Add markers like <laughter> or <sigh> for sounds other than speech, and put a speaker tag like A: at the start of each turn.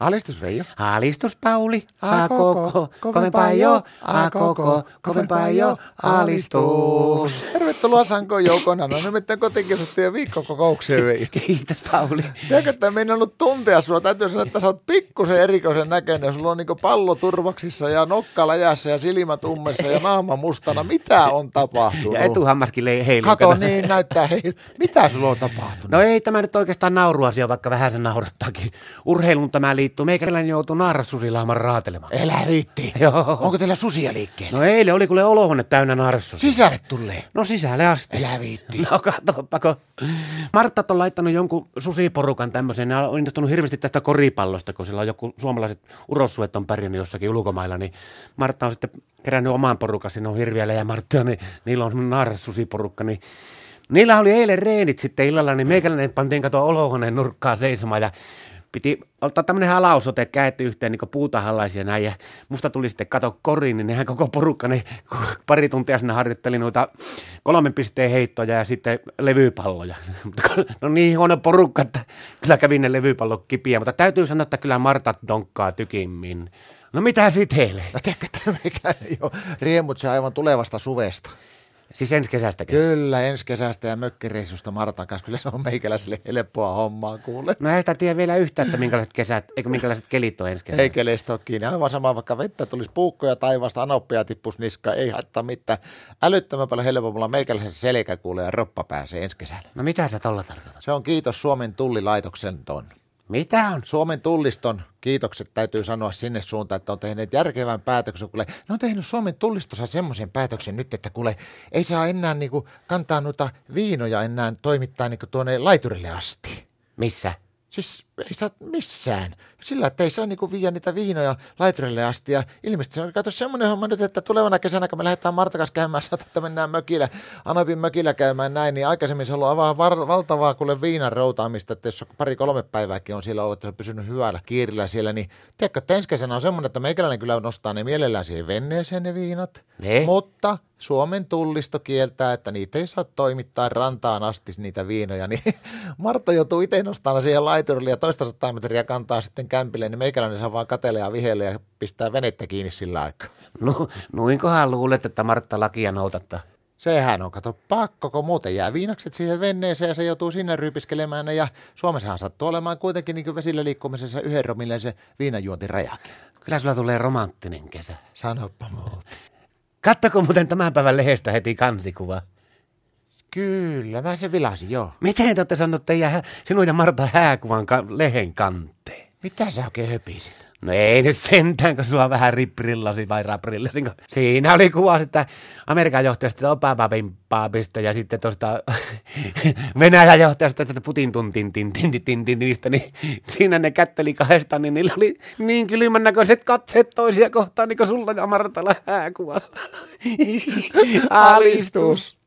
A: Alistus Veijo.
B: Alistus Pauli, a koko, kovempaa jo, a koko, kovempaa jo, alistus.
A: Tervetuloa Sankoon joukona. No nimittäin kotikeskustelujen viikkokokoukseen Veijo.
B: Kiitos Pauli.
A: Tiedätkö, että me ei ollut tuntea sua. Täytyy sanoa, että sä oot pikkusen erikoisen näköinen. Sulla on niinku pallo turvaksissa ja nokka läjässä ja silmät ummessa ja naama mustana. Mitä on tapahtunut?
B: Ja etuhammaskin lei- heiluu.
A: Kato, niin näyttää. Hei, mitä sulla on tapahtunut?
B: No ei tämä nyt oikeastaan nauruasia, vaikka vähän sen naurattaakin. Urheilun tämä liittyy. Meikäläinen joutuu naara susilaaman raatelemaan.
A: Elä viitti.
B: Joo.
A: Onko teillä susia liikkeellä?
B: No eilen oli kuule olohuone täynnä naarassusia.
A: Sisälle tulee.
B: No sisälle asti.
A: Elä viitti.
B: No katsopako. Marttat on laittanut jonkun susiporukan tämmöiseen. Ne on innostunut hirveästi tästä koripallosta, kun sillä on joku suomalaiset urossuet on pärjännyt jossakin ulkomailla. Niin Martta on sitten kerännyt omaan porukan. Siinä on hirviä ja Marttia, niin niillä on semmoinen naarassusiporukka. Niin niillä oli eilen reenit sitten illalla, niin meikäläinen pantiin katoa olohuoneen nurkkaa seisomaan. Ja piti ottaa tämmöinen halausote käet yhteen niin puutahallaisia näin. Ja musta tuli sitten kato koriin, niin nehän koko porukka, ne pari tuntia sinne harjoitteli noita kolmen pisteen heittoja ja sitten levypalloja. <laughs> Mutta kun- no niin huono porukka, että kyllä kävi ne levypallot kipiä, mutta täytyy sanoa, että kyllä Martat donkkaa tykimmin. No mitä sit heille?
A: No tiedätkö, että meikäläinen jo riemutsi aivan tulevasta suvesta.
B: Siis ensi kesästäkin.
A: Kyllä, ensi kesästä ja mökkireissusta Martan kanssa. Kyllä se on meikäläiselle helppoa hommaa kuule.
B: No eihän sitä tiedä vielä yhtään, että minkälaiset kesät, eikö minkälaiset kelit on ensi kesänä.
A: Ei keleistä ole kiinni. Aivan sama, vaikka vettä tulisi puukkoja taivaasta, anoppia tippus niska, ei haittaa mitään. Älyttömän paljon helpommalla meikäläisen selkä kuulee ja roppa pääsee ensi kesänä.
B: No mitä sä tolla tarkoitat?
A: Se on kiitos Suomen tullilaitoksen ton.
B: Mitä on?
A: Suomen tulliston kiitokset täytyy sanoa sinne suuntaan, että on tehneet järkevän päätöksen. Kuule, ne on tehnyt Suomen tullistossa semmoisen päätöksen nyt, että kuule, ei saa enää niinku kantaa noita viinoja enää toimittaa niinku tuonne laiturille asti.
B: Missä?
A: Siis ei saa missään. Sillä, että ei saa niinku viiä niitä viinoja laiturille asti. Ja ilmeisesti se on kato semmoinen homma nyt, että tulevana kesänä, kun me lähdetään Martakas käymään, <laughs> sanotaan, että mennään mökillä, Anopin mökillä käymään näin, niin aikaisemmin se on ollut aivan var- valtavaa kuule viinan routaamista, että jos pari-kolme päivääkin on siellä ollut, että se on pysynyt hyvällä kiirillä siellä, niin tiedätkö, että ensi kesänä on semmoinen, että meikäläinen kyllä nostaa ne mielellään siihen venneeseen ne viinat,
B: Ne?
A: mutta Suomen tullisto kieltää, että niitä ei saa toimittaa rantaan asti niitä viinoja, niin <laughs> Martta joutuu itse nostamaan siihen laiturille ja toista sataa metriä kantaa sitten kämpille, niin meikäläinen saa vaan katella ja vihelle ja pistää venettä kiinni sillä aikaa.
B: <laughs> No, nuinkohan luulet, että Martta lakia noudattaa?
A: Sehän on, kato, pakko, kun muuten jää viinakset siihen venneeseen ja se joutuu sinne ryypiskelemään ne, ja Suomessahan sattuu olemaan kuitenkin niin vesillä liikkumisessa yhden romilleen se viinajuontirajakin.
B: Kyllä sulla tulee romanttinen kesä.
A: Sanoppa muuta.
B: Kattoko muuten tämän päivän lehdestä heti kansikuva?
A: Kyllä, mä se vilasin, joo.
B: Miten te olette sanonut teidän, hä- sinun ja Marta hääkuvan ka- lehen kanteen?
A: Mitä sä oikein höpisit?
B: No ei nyt sentään, kun sua vähän rippirillasi vai raprillasi. kun Siinä oli kuva sitä Amerikan johtajasta Obama-pimppaapista ja sitten tuosta <laughs> Venäjän johtajasta tästä Putin tuntin tin, tin, tin, tin, tin, niistä, niin siinä ne kätteli kahdestaan, niin niillä oli niin kylmän näköiset katseet toisia kohtaan, niin kuin sulla ja Martalla hääkuvassa. <laughs> Alistus.